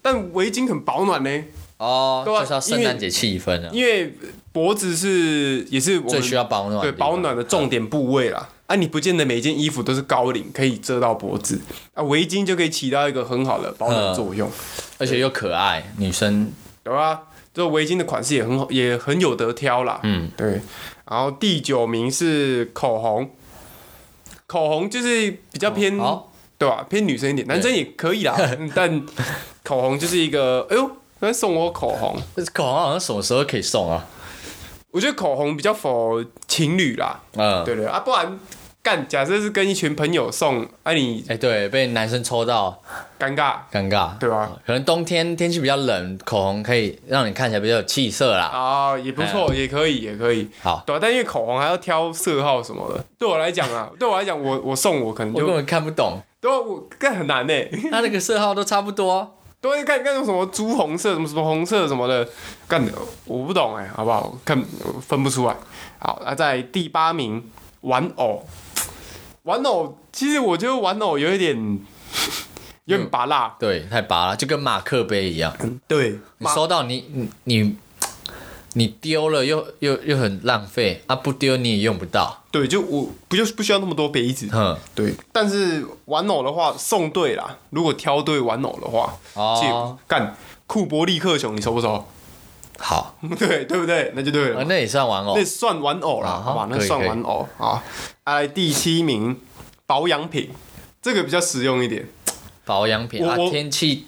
但围巾很保暖呢、
哦，
对啊
就是要圣诞节气氛啊，
因为脖子是也是我
最
们
需要保暖，
对保暖的，重点部位啦。啊，你不见得每件衣服都是高领，可以遮到脖子啊，围巾就可以起到一个很好的保
嗯
暖作用，
而且又可爱，女生
对吧？这围巾的款式也很好，也很有得挑啦。
嗯，
对。然后第九名是口红，口红就是比较偏
哦好，
对吧、偏女生一点，男生也可以啦。 嗯但口红就是一个，哎呦，那送我口红，
这口红好像什么时候可以送啊？
我觉得口红比较否情侣啦。
嗯，
对对啊，不然干，假设是跟一群朋友送，哎、你
哎、对，被男生抽到，
尴尬
尴尬，
对吧
可能冬天天气比较冷，口红可以让你看起来比较有气色啦。
啊、也不错，
哎
也可以，也可以。
好，
对、啊，但因为口红还要挑色号什么的，对我来讲啊，对我来讲，我我送我可能
我根
就，
本看不 懂，
对啊，我干很难呢、
他那个色号都差不多。
对，看看那种什么朱红色，什么什么红色什么的，干的我不懂哎、好不好？看我分不出来。好，那在第八名，玩偶，玩偶，其实我觉得玩偶有一点 有点拔辣，
对，太拔了，就跟马克杯一样。
对，
你收到你你你你丢了又又又很浪费啊！不丢你也用不到。
对，就我不就是不需要那么多 杯子，
哼，
对。但是玩偶的话，送对啦，如果挑对玩偶的话，其实
哦，
干库伯利克熊，你收不收？
好，
对，对不对？那就对了
啊。那也算玩偶
那。算玩偶啦，
啊
好吧，
可以
那算玩偶啊。哎，第七名保养品，这个比较实用一点。
保养品
我
啊，
我
天气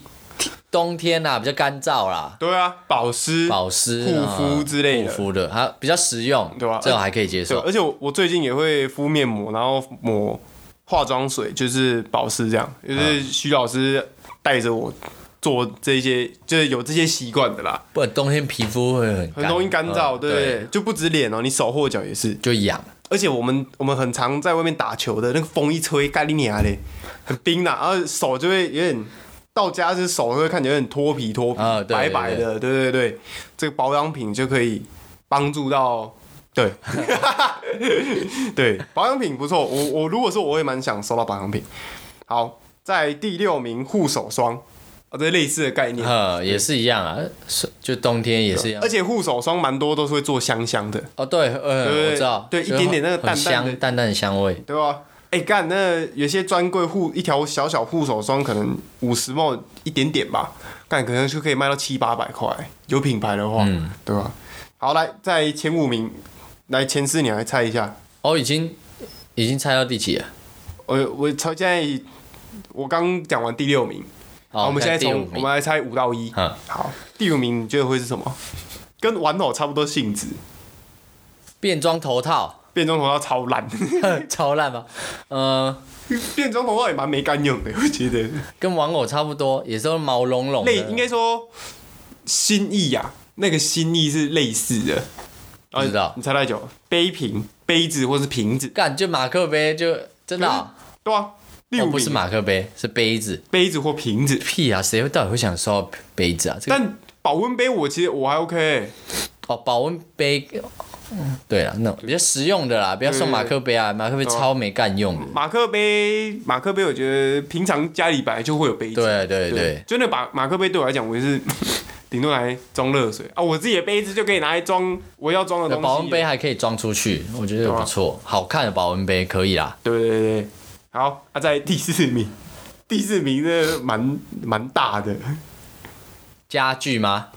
冬天啊比较干燥啦，
对啊，保湿，
保湿、
护
啊
肤之类的
护肤的，还啊比较实用，
对啊
这种还可以接
对，
受。
而且我我最近也会敷面膜，然后抹化妆水，就是保湿这样。
啊
就是徐老师带着我做这些，就是有这些习惯的啦，
不然冬天皮肤会很
很容易干燥，
嗯
对不对？就不止脸哦，你手或脚也是。
就痒。
而且我们我们很常在外面打球的，那个风一吹，干你娘嘞，很冰啦，然后手就会有点，到家是手会看起来有点脱皮脱皮，
啊对
白白的，对对对，这个保养品就可以帮助到， 对，对，保养品不错，我我如果说我也蛮想收到保养品。好，在第六名护手霜，啊，啊这类似的概念，
呃，也是一样啊，是就冬天也是一样
而。且护手霜蛮多都是会做香香的，
哦，对，
对
呃，我知道，
对
就是
一点点那个
很
淡淡的
香，淡淡的香味，
对吧？哎、干，那有些专柜护一条小小护手霜，可能五十毛一点点吧，干可能就可以卖到七八百块，有品牌的话，
嗯
对吧？好，来在前五名，来前四，你来猜一下。
哦，已经已经猜到第几了？
我我猜现在我刚讲完第六名，
哦，
好我们现在
看第
从
五
我
名
们来猜五到一。
嗯
好，第五名你觉得会是什么？跟玩偶差不多性质，
变装头套，
变装头套超烂，
超烂吧？呃，
变装头套也蛮没干用的，我觉得。
跟玩偶差不多，也是毛茸茸的，
类应该说心意呀、那个心意是类似的。
不知道
啊你猜太久了，杯瓶、杯子或是瓶子，
干就马克杯，就真的啊、
对啊，第
哦，
五
不是
名、
马克杯，是杯子。
杯子或瓶子。
屁啊！谁会到底会想收到杯子啊？这个
但保温杯我其实我还 OK，、
哦，保温杯，嗯对啊，那种比较实用的啦，不要送
对
马克杯啊，马克杯超没干用的。
马克杯马克杯我觉得平常家里本来就会有杯子，
对对对，
就那把马克杯对我来讲，我也是 顶多拿来装热水啊，我自己的杯子就可以拿来装我要装的东西。
保温杯还可以装出去，我觉得
对啊
不错，好看的保温杯可以啦。
对对对，好，啊，在第四名， 第四名呢蛮蛮大的。
家具吗？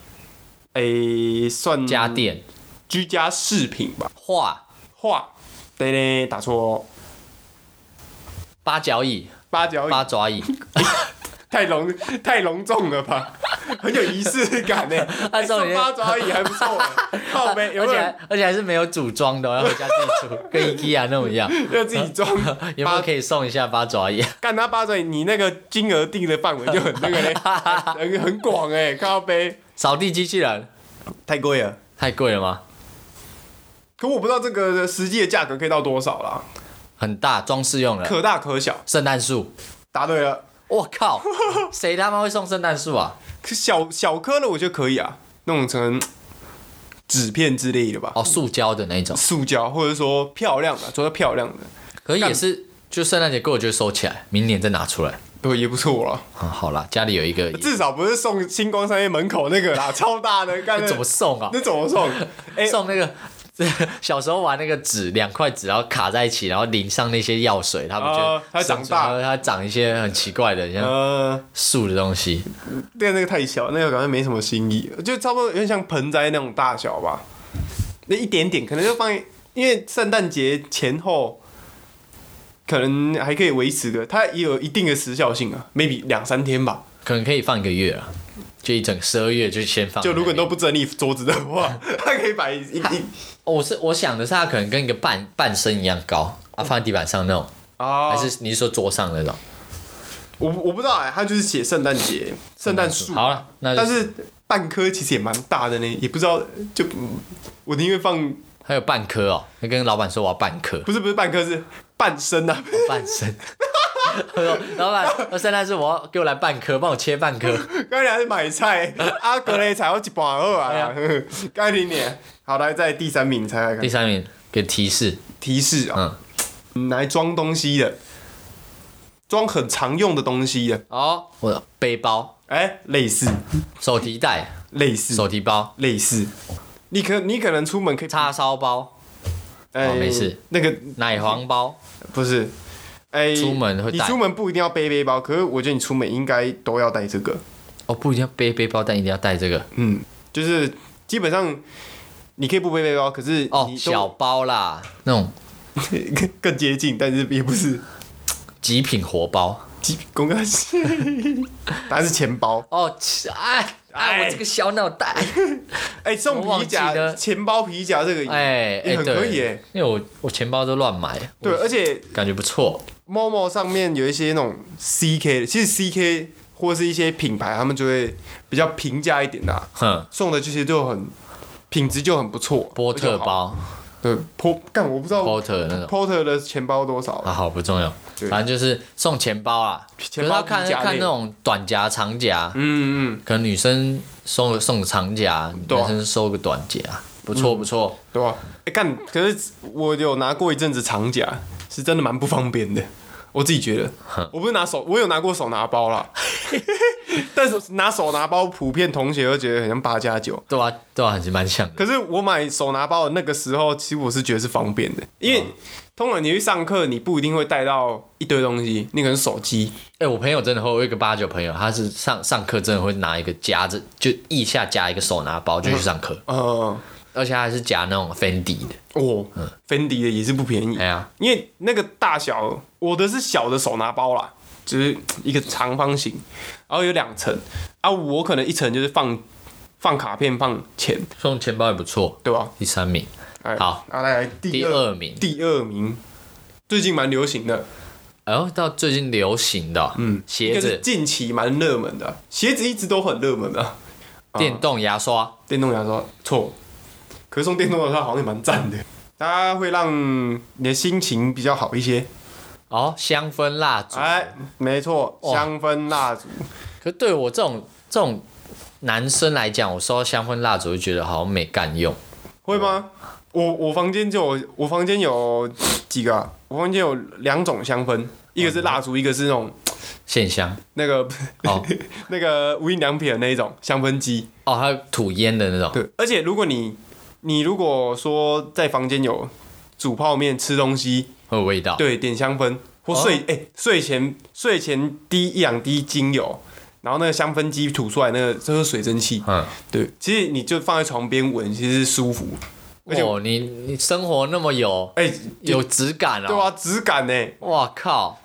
诶、算
家电、
嗯居家饰品吧。
画、
画，对嘞，打错哦，
八角椅、
八角
八
椅
爪 椅，
太隆太隆重了吧，很有仪式感呢。
按照你
送八爪椅还不错欸，靠背 有
而
没
且还
有人
而且还是没有组装的哦，要回家自己组，跟 IKEA 那种 一样。
要自己 装
有没有
八
可以送一下八爪椅？
干他八爪椅，你那个金额定的范围就很那 个嘞，很很广哎，靠背
扫地机器人
太贵了。
太贵了吗？
可我不知道这个实际的价格可以到多少啦，
很大，装饰用的。
可大可小。
圣诞树，
答对了，
我靠， 谁他妈会送圣诞树啊？
可小小颗的我觉得可以啊，弄成纸片之类的吧，
哦，塑胶的那一种，
塑胶或者说漂亮的，做的漂亮的，
可以
干
也是，就圣诞节过，我就收起来，明年再拿出来。
对，也不错了。
啊，好啦，家里有一个，
至少不是送星光商业门口 那个啦，超大的，干那
怎么送啊
那？怎 么送？哎、
送那个。小时候玩那个纸，两块纸，然后卡在一起，然后淋上那些药水，它不就
哦它长大
生出来它长一些很奇怪的，像
呃，
树的东西。
对，那个太小，那个感觉没什么新意，就差不多有点像盆栽那种大小吧，那一点点，可能就放一，因为圣诞节前后。可能还可以维持个，它也有一定的时效性啊，maybe 两三天吧。
可能可以放一个月啊，就一整十二月就先放。
就如果你都不整理桌子的 话，它可以摆一一
哦，我是我想的是它可能跟一个半半身一样高，啊，放在地板上那种，
啊
还是你是说桌上那种？
我我不知道哎、它就是写圣诞节、圣诞树。
好了，那就
但
是
是半颗其实也蛮大的呢，也不知道就嗯我宁愿放
还有半颗哦，那跟老板说我要半 颗，
不是不是半颗是半身啊，
半身。 他说：“老板，我圣诞树我要给我来半颗，帮我切半颗。
刚才是 买菜，阿格雷才要一半二
哎
啊，该你年好来在第三名猜猜”
第
看，
三名给提示，
提示啊，嗯来装东西的，装很常用的东西的，
哦，我的背包、
哎、类似
手提袋、
类似
手提包、
类似，你可你可能出门可以
叉烧包、
哎、
哦没事，
那个
奶黄包，
不是，哎、
出门会
你
带
出门不一定要背背包，可是我觉得你出门应该都要带这个，
哦，不一定要背背包，但一定要带这个
嗯，就是基本上你可以不背背包，可是
哦，
你都
小包啦，那种
更 更接近，但是也不是
极品活包。
基公关系， 答案是钱包。
哦，切哎哎，
哎
我这个小脑袋，
哎、送
我
皮
忘记了
夹、钱包、皮夹这个也，
哎
也
哎，
很
对
可以耶。
因为我我钱包都乱买，
对，而且
感觉不错。
Momo 上面有一些那种 CK 的，其实 CK 或是一些品牌，他们就会比较平价一点的、啊，
哼，
送的这些就很品质就很不错。
波特
就好哦
包
对，波干我不知道
，Porter 那种，
Porter 的钱包多少
啊
啊？
好不重要，
对
反正就是送钱包啊。可
钱
是
包
要看
皮夹
看
类
那种短夹、长夹，
嗯嗯嗯，
可能女生送送个长夹，
对啊
男
嗯
生收个短夹，不错不错。
对吧、哎干，可是我有拿过一阵子长夹，是真的蛮不方便的。 我自己觉得，我不是拿手，我有拿过手拿包啦， 但是拿手拿包普遍同学都觉得很像八加九。
对啊，对啊，还是蛮像的。
可是我买手拿包的那个时候，其实我是觉得是方便的，
嗯
因为通常你去上课，你不一定会带到一堆东西，你可能手机，
哎、我朋友真的会，我有一个八九朋友，他是上上课真的会拿一个夹着，就腋下夹一个手拿包就去上课，
呃，
而且他还是夹那种 Fendi 的。
哦，芬迪的也是不便宜
嗯哎，呀，
因为那个大小，我的是小的手拿包啦，就是一个长方形，然后有两层啊，我可能一层就是放放卡片、放钱，
送钱包也不错。
对吧？
第三名，
哎
好，
啊，来来
第
第二
二名。
第二名，最近蛮流行的，
然后哎到最近流行的哦、嗯，
应
鞋
该是
子、
近期蛮热门的，鞋子一直都很热门啊的。
电动牙刷，
电动牙刷错，可是送电动牙刷好像也蛮赞的，它会让你的心情比较好一些。
哦，香氛蜡烛。
哎，没错，
哇
香氛蜡烛。
可是对我这种这种男生来讲，我收到香氛蜡烛就觉得好像没干用。
会吗？我我房间就有，我房间有几个、啊？我房间有两种香氛，一个是蜡烛，一个是那种
线香
那个、
哦
那个无印良品的那一种香氛机。
哦，还有吐烟的那种，
对，而且如果你你如果说在房间有煮泡面、吃东西，
会有味道。哦
对，点香氛或睡哎、睡前睡前滴一两滴精油，然后那个香氛机吐出来那个就是水蒸气，
嗯，
对，其实你就放在床边闻，其实舒服，而且
哦，你你生活那么有
哎、有
有质感
对啊，
哦，
质感呢、
哇靠，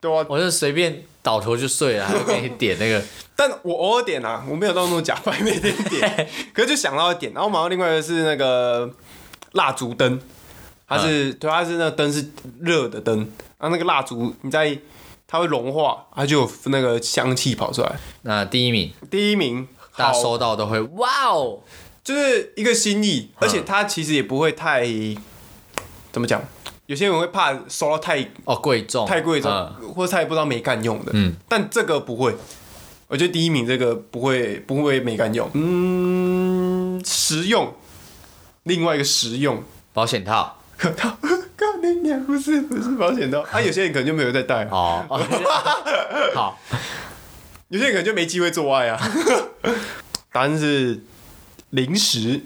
对啊，
我就随便倒头就睡了，还会给你点 那个，
但我偶尔点啊，我没有到那么假掰，每天 点，可是就想到一点。然后马上另外一个是那个蜡烛灯，它是、
嗯
对，它是那个灯是热的灯，然后那个蜡烛你在它会融化，它就有那个香气跑出来。
那第一名
第一名
大家
好
收到都会哇哦，
就是一个心意，
嗯
而且它其实也不会太怎么讲，有些人会怕收到太
哦贵重
太贵重，
嗯
或者太不知道没干用的。
嗯，
但这个不会，我觉得第一名这个不会不会没干用。嗯，实用。另外一个实用，
保险套
可靠，靠你娘！不是不是保 险套，啊，有些人可能就没有在戴啊，
哦，哦好，
有些人可能就没机会做爱啊。 答案是零食，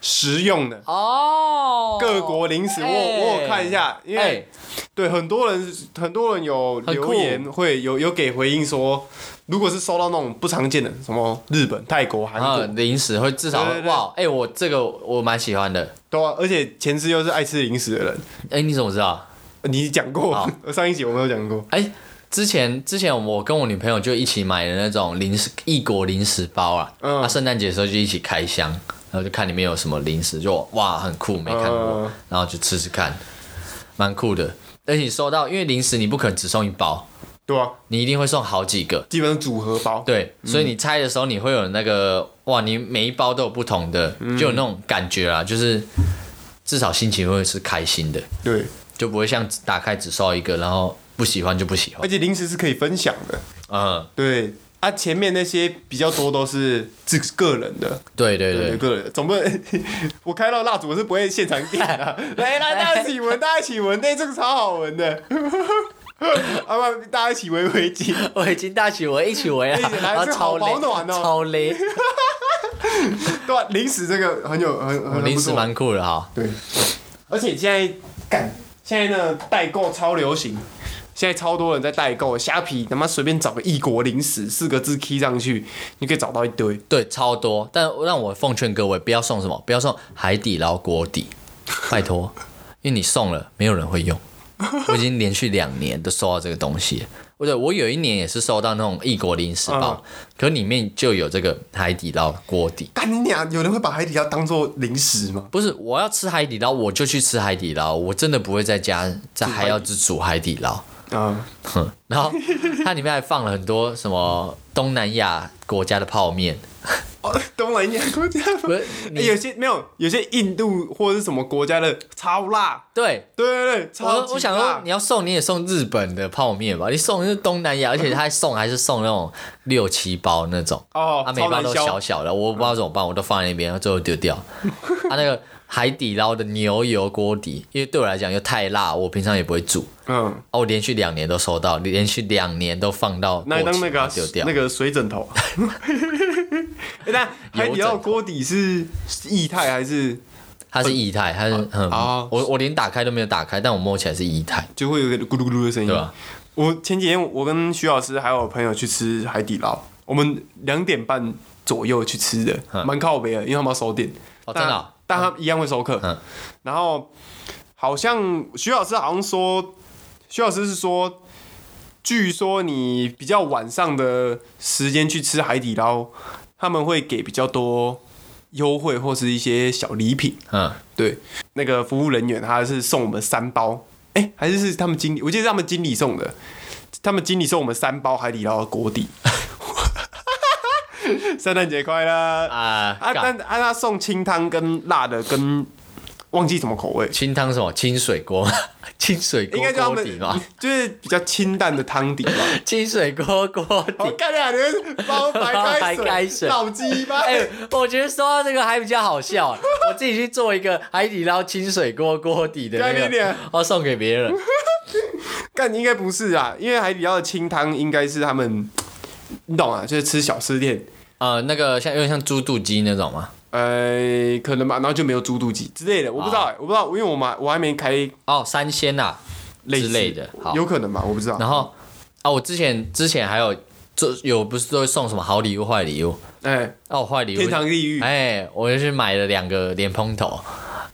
实用的。
哦，
各国零食，我我有看一下，因为
哎
对很多人很多人有
很酷
留言会有有给回应说，如果是收到那种不常见的，什么日本、泰国、韩
啊
国，，
零食会至少会
对对对
哇，哎、我这个我蛮喜欢的。
对啊，而且前司又是爱吃零食的人，
哎、你怎么知道？
你讲
嗯
过
好，
上一集我没有讲过，
哎、之前之前我跟我女朋友就一起买的那种零食异国零食包啊，
嗯
啊，圣诞节的时候就一起开箱，然后就看里面有什么零食，就哇很酷，没看过，
嗯
然后就吃吃看，蛮酷的。而且你收到，因为零食你不可能只送一包，
对啊，
你一定会送好几个，
基本上组合包，
对，所以你拆的时候，你会有那个哇，你每一包都有不同的，
嗯
就有那种感觉啦，就是至少心情会是开心的，
对，
就不会像打开只收一个，然后不喜欢就不喜
而
欢。
且零食是可以分享的，
嗯，
对啊，前面那些比较多都是自个人的，
对对
对
对，
个人，总不能 我开到蜡烛，我是不会现场点的、来来，大家一起闻，大家一起闻，那哎这个超好闻的。 啊不，大家一起围围巾，
我已经大起我一起围了，
哎来
然后
这
超
好
累
保暖，哦
超累，
对吧、零食这个很有很
零食
很很不错
蛮酷的哈。
对，而且现在干，现在呢代购超流行，现在超多人在代购，虾皮他妈随便找个异国零食四个字 key 上去，你可以找到一堆。
对，超多。但让我奉劝各位，不要送什么，不要送海底捞锅 底，拜托，因为你送了，没有人会用。我已经连续两年都收到这个东西了。我对我有一年也是收到那种异国零食
嗯
包，可里面就有这个海底捞锅底。
干你娘！有人会把海底捞当做零食吗？
不是，我要吃海底捞，我就去吃海底捞，我真的不会在家再还要去煮海底捞。
啊、
哼然后它里面还放了很多什么东南亚国家的泡面，
哦， 东南亚国家吗
不是
欸、
你
有些没有，有些印度或者是什么国家的超辣，
对
对对对，超级
我
辣。
我想说，你要送你也送日本的泡面吧，你送的是东南亚，而且他还送还是送那种六七包那种，啊
哦，
他每
超
包
难
都
消
小小的，我不知道怎么办，我都放在那边，最后丢 掉。他那个海底捞的牛油锅底，因为对我来讲又太辣，我平常也不会煮，
嗯，
哦，我连续两年都收到，连续两年都放到
那你
过
当
期
那个啊、
丢掉
那。个水 枕头。欸、但海
油
底捞
枕头
锅底是液态还是
它是液态，它是嗯
哦，
我我连打开都没有打开，但我摸起来是液态，
就会有一个咕噜咕噜的声音？
对啊吧？
我前几天我跟徐老师还有朋友去吃海底捞，我们两点半左右去吃的，
嗯
蛮靠北的，因为他们要收店。
哦
但
真的哦
但他一样会收客。
嗯
然后好像徐老师好像说，徐老师是说，据说你比较晚上的时间去吃海底捞，他们会给比较多优惠或是一些小礼品。
嗯，
对，那个服务人员他是送我们三包，哎、还是是他们经理，我记得是他们经理送的，他们经理送我们三包海底捞的 锅底。圣诞节快乐啊！
啊
啊，
干
但啊，他送清汤跟辣的跟忘记什么口味，
清汤什么清水 锅，清水锅
应该叫他
锅底吧
们？ 就是比较清淡的汤底吧。
清水锅锅
好
底。
干啊！你们包 白
白开
开
水
水，老鸡巴！
哎、我觉得说到这个还比较好 笑，我自己去做一个海底捞清水锅锅底的那
干你
个
脸，
我送给别人。
干应该不是啊，因为海底捞的清汤应该是他们，你懂啊，就是吃小吃店，
呃，那个像有点像猪肚鸡那种吗？
呃，可能吧，然后就没有猪肚鸡之类的，我不知道、欸，我不知道，因为我们我还没开
哦，三鲜呐、啊、
类似
之类的。好，
有可能吧，我不知道。
哦然后啊，我之前之前还有这有不是都会送什么好礼物、坏礼物？
哎，
哦，坏礼物，
天堂地狱
哎，我就去买了两个莲蓬头，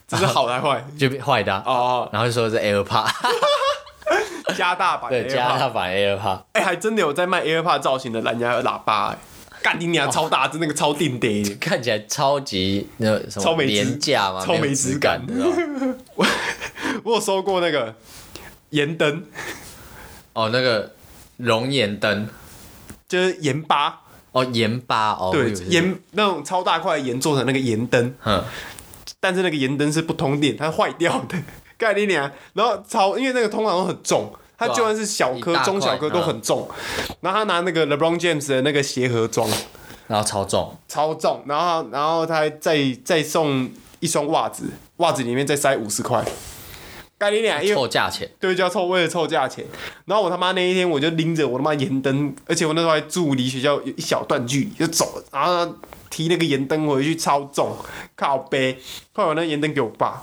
这是好还 坏？
就变坏的啊、
哦，
然后就说是 AirPod，
加大版
对，加
AirPod
大版 AirPod，
哎、还真的有在卖 AirPod 造型的蓝牙喇叭、哎，干你娘超大只，那个超定的、
看起来超级那什
超
么
没质
廉价嘛，
超
有
没质
质
感
的哦。
我有收过那个盐灯，
哦，那个熔岩灯，
就是盐巴，
哦，盐巴，哦，我
对
以为，是，
盐那种超大块的盐做成那个盐灯，
嗯，
但是那个盐灯是不通电，它坏掉的， 干你娘！然后超，因为那个通常都很重。它
对啊
就算是小颗
一、大块嗯
中小颗都很重，然后他拿那个 LeBron James 的那个鞋盒装，
然后超重，
超重，然后然后他还再再送一双袜子，袜子里面再塞五十块，干你俩，因为
凑价 钱，
对就要凑为了凑价钱，然后我他妈那一天我就拎着我他妈盐灯，而且我那时候还住离学校有一小段距离就走，然后提那个盐灯回去超重，靠背，快把那盐灯给我爸，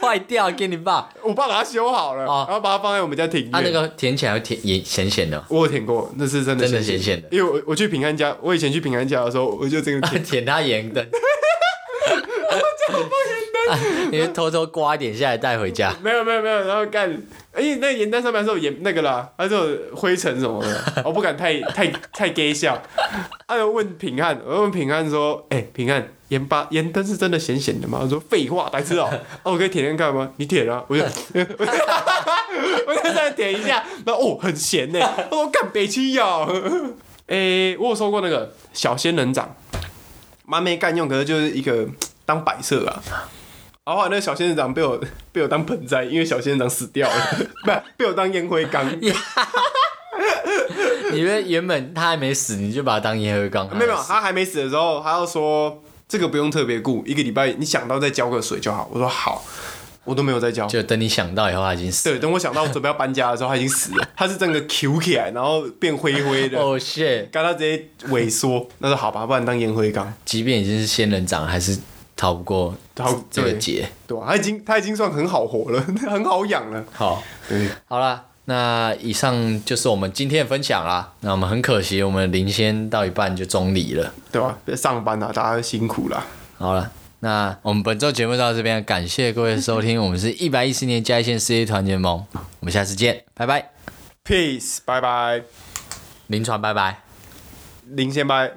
坏掉给你爸，
我爸把它修好了，
哦
然后把它放在我们家庭院。
它那个舔起来会甜也咸咸的，
我有舔过，那是真的
真的咸咸的，
因为我我去平安家，我以前去平安家的时候，我就这个舔
舔它盐灯。 啊你就偷偷刮一点下来带回家，
没有没有没有，然后干，哎、那盐单上面是有盐那个啦，还是有灰尘什么的，我不敢太太太 gay 笑。哎、啊，问平汉，我问平汉说，哎、平汉，盐巴盐灯是真的咸咸的吗？他说废话，白痴哦、哦，我可以舔舔看吗？你舔啊，我就， 我就再舔一下，然后哦，很咸呢、他说干北七咬。哎、我有收过那个小仙人掌，蛮没干用，可是就是一个当摆设啊。然后后来那个小仙人掌被我被我当盆栽，因为小仙人掌死 掉了，不被我当烟灰缸。没
你原原本它还没死，你就把它当烟灰缸。
有没有，他还没死的时候，他要说这个不用特别顾，一个礼拜你想到再浇个水就好。我说好，我都没有再浇。
就等你想到以后它已经死了。
对，等我想到我准备要搬家的时候，他已经死了，他是整个 Q 起来，然后变灰灰的，
哦、shit！
干、他直接萎缩。那就好吧，不然当烟灰缸。
即便已经是仙人掌，还是逃不过
逃
这个
对
劫。
对吧、他已经他已经算很好活了， 很好养了。
好，
对，
好啦，那以上就是我们今天的分享啦。那我们很可惜，我们林先到一半就中离了。
对吧、上班啊，大家辛苦啦。
好了，那我们本周节目到这边，感谢各位的收听。我们是一百一十年嘉义县世界团结盟，我们下次见，拜拜。
Peace，拜拜，
林传，拜拜。
林先拜。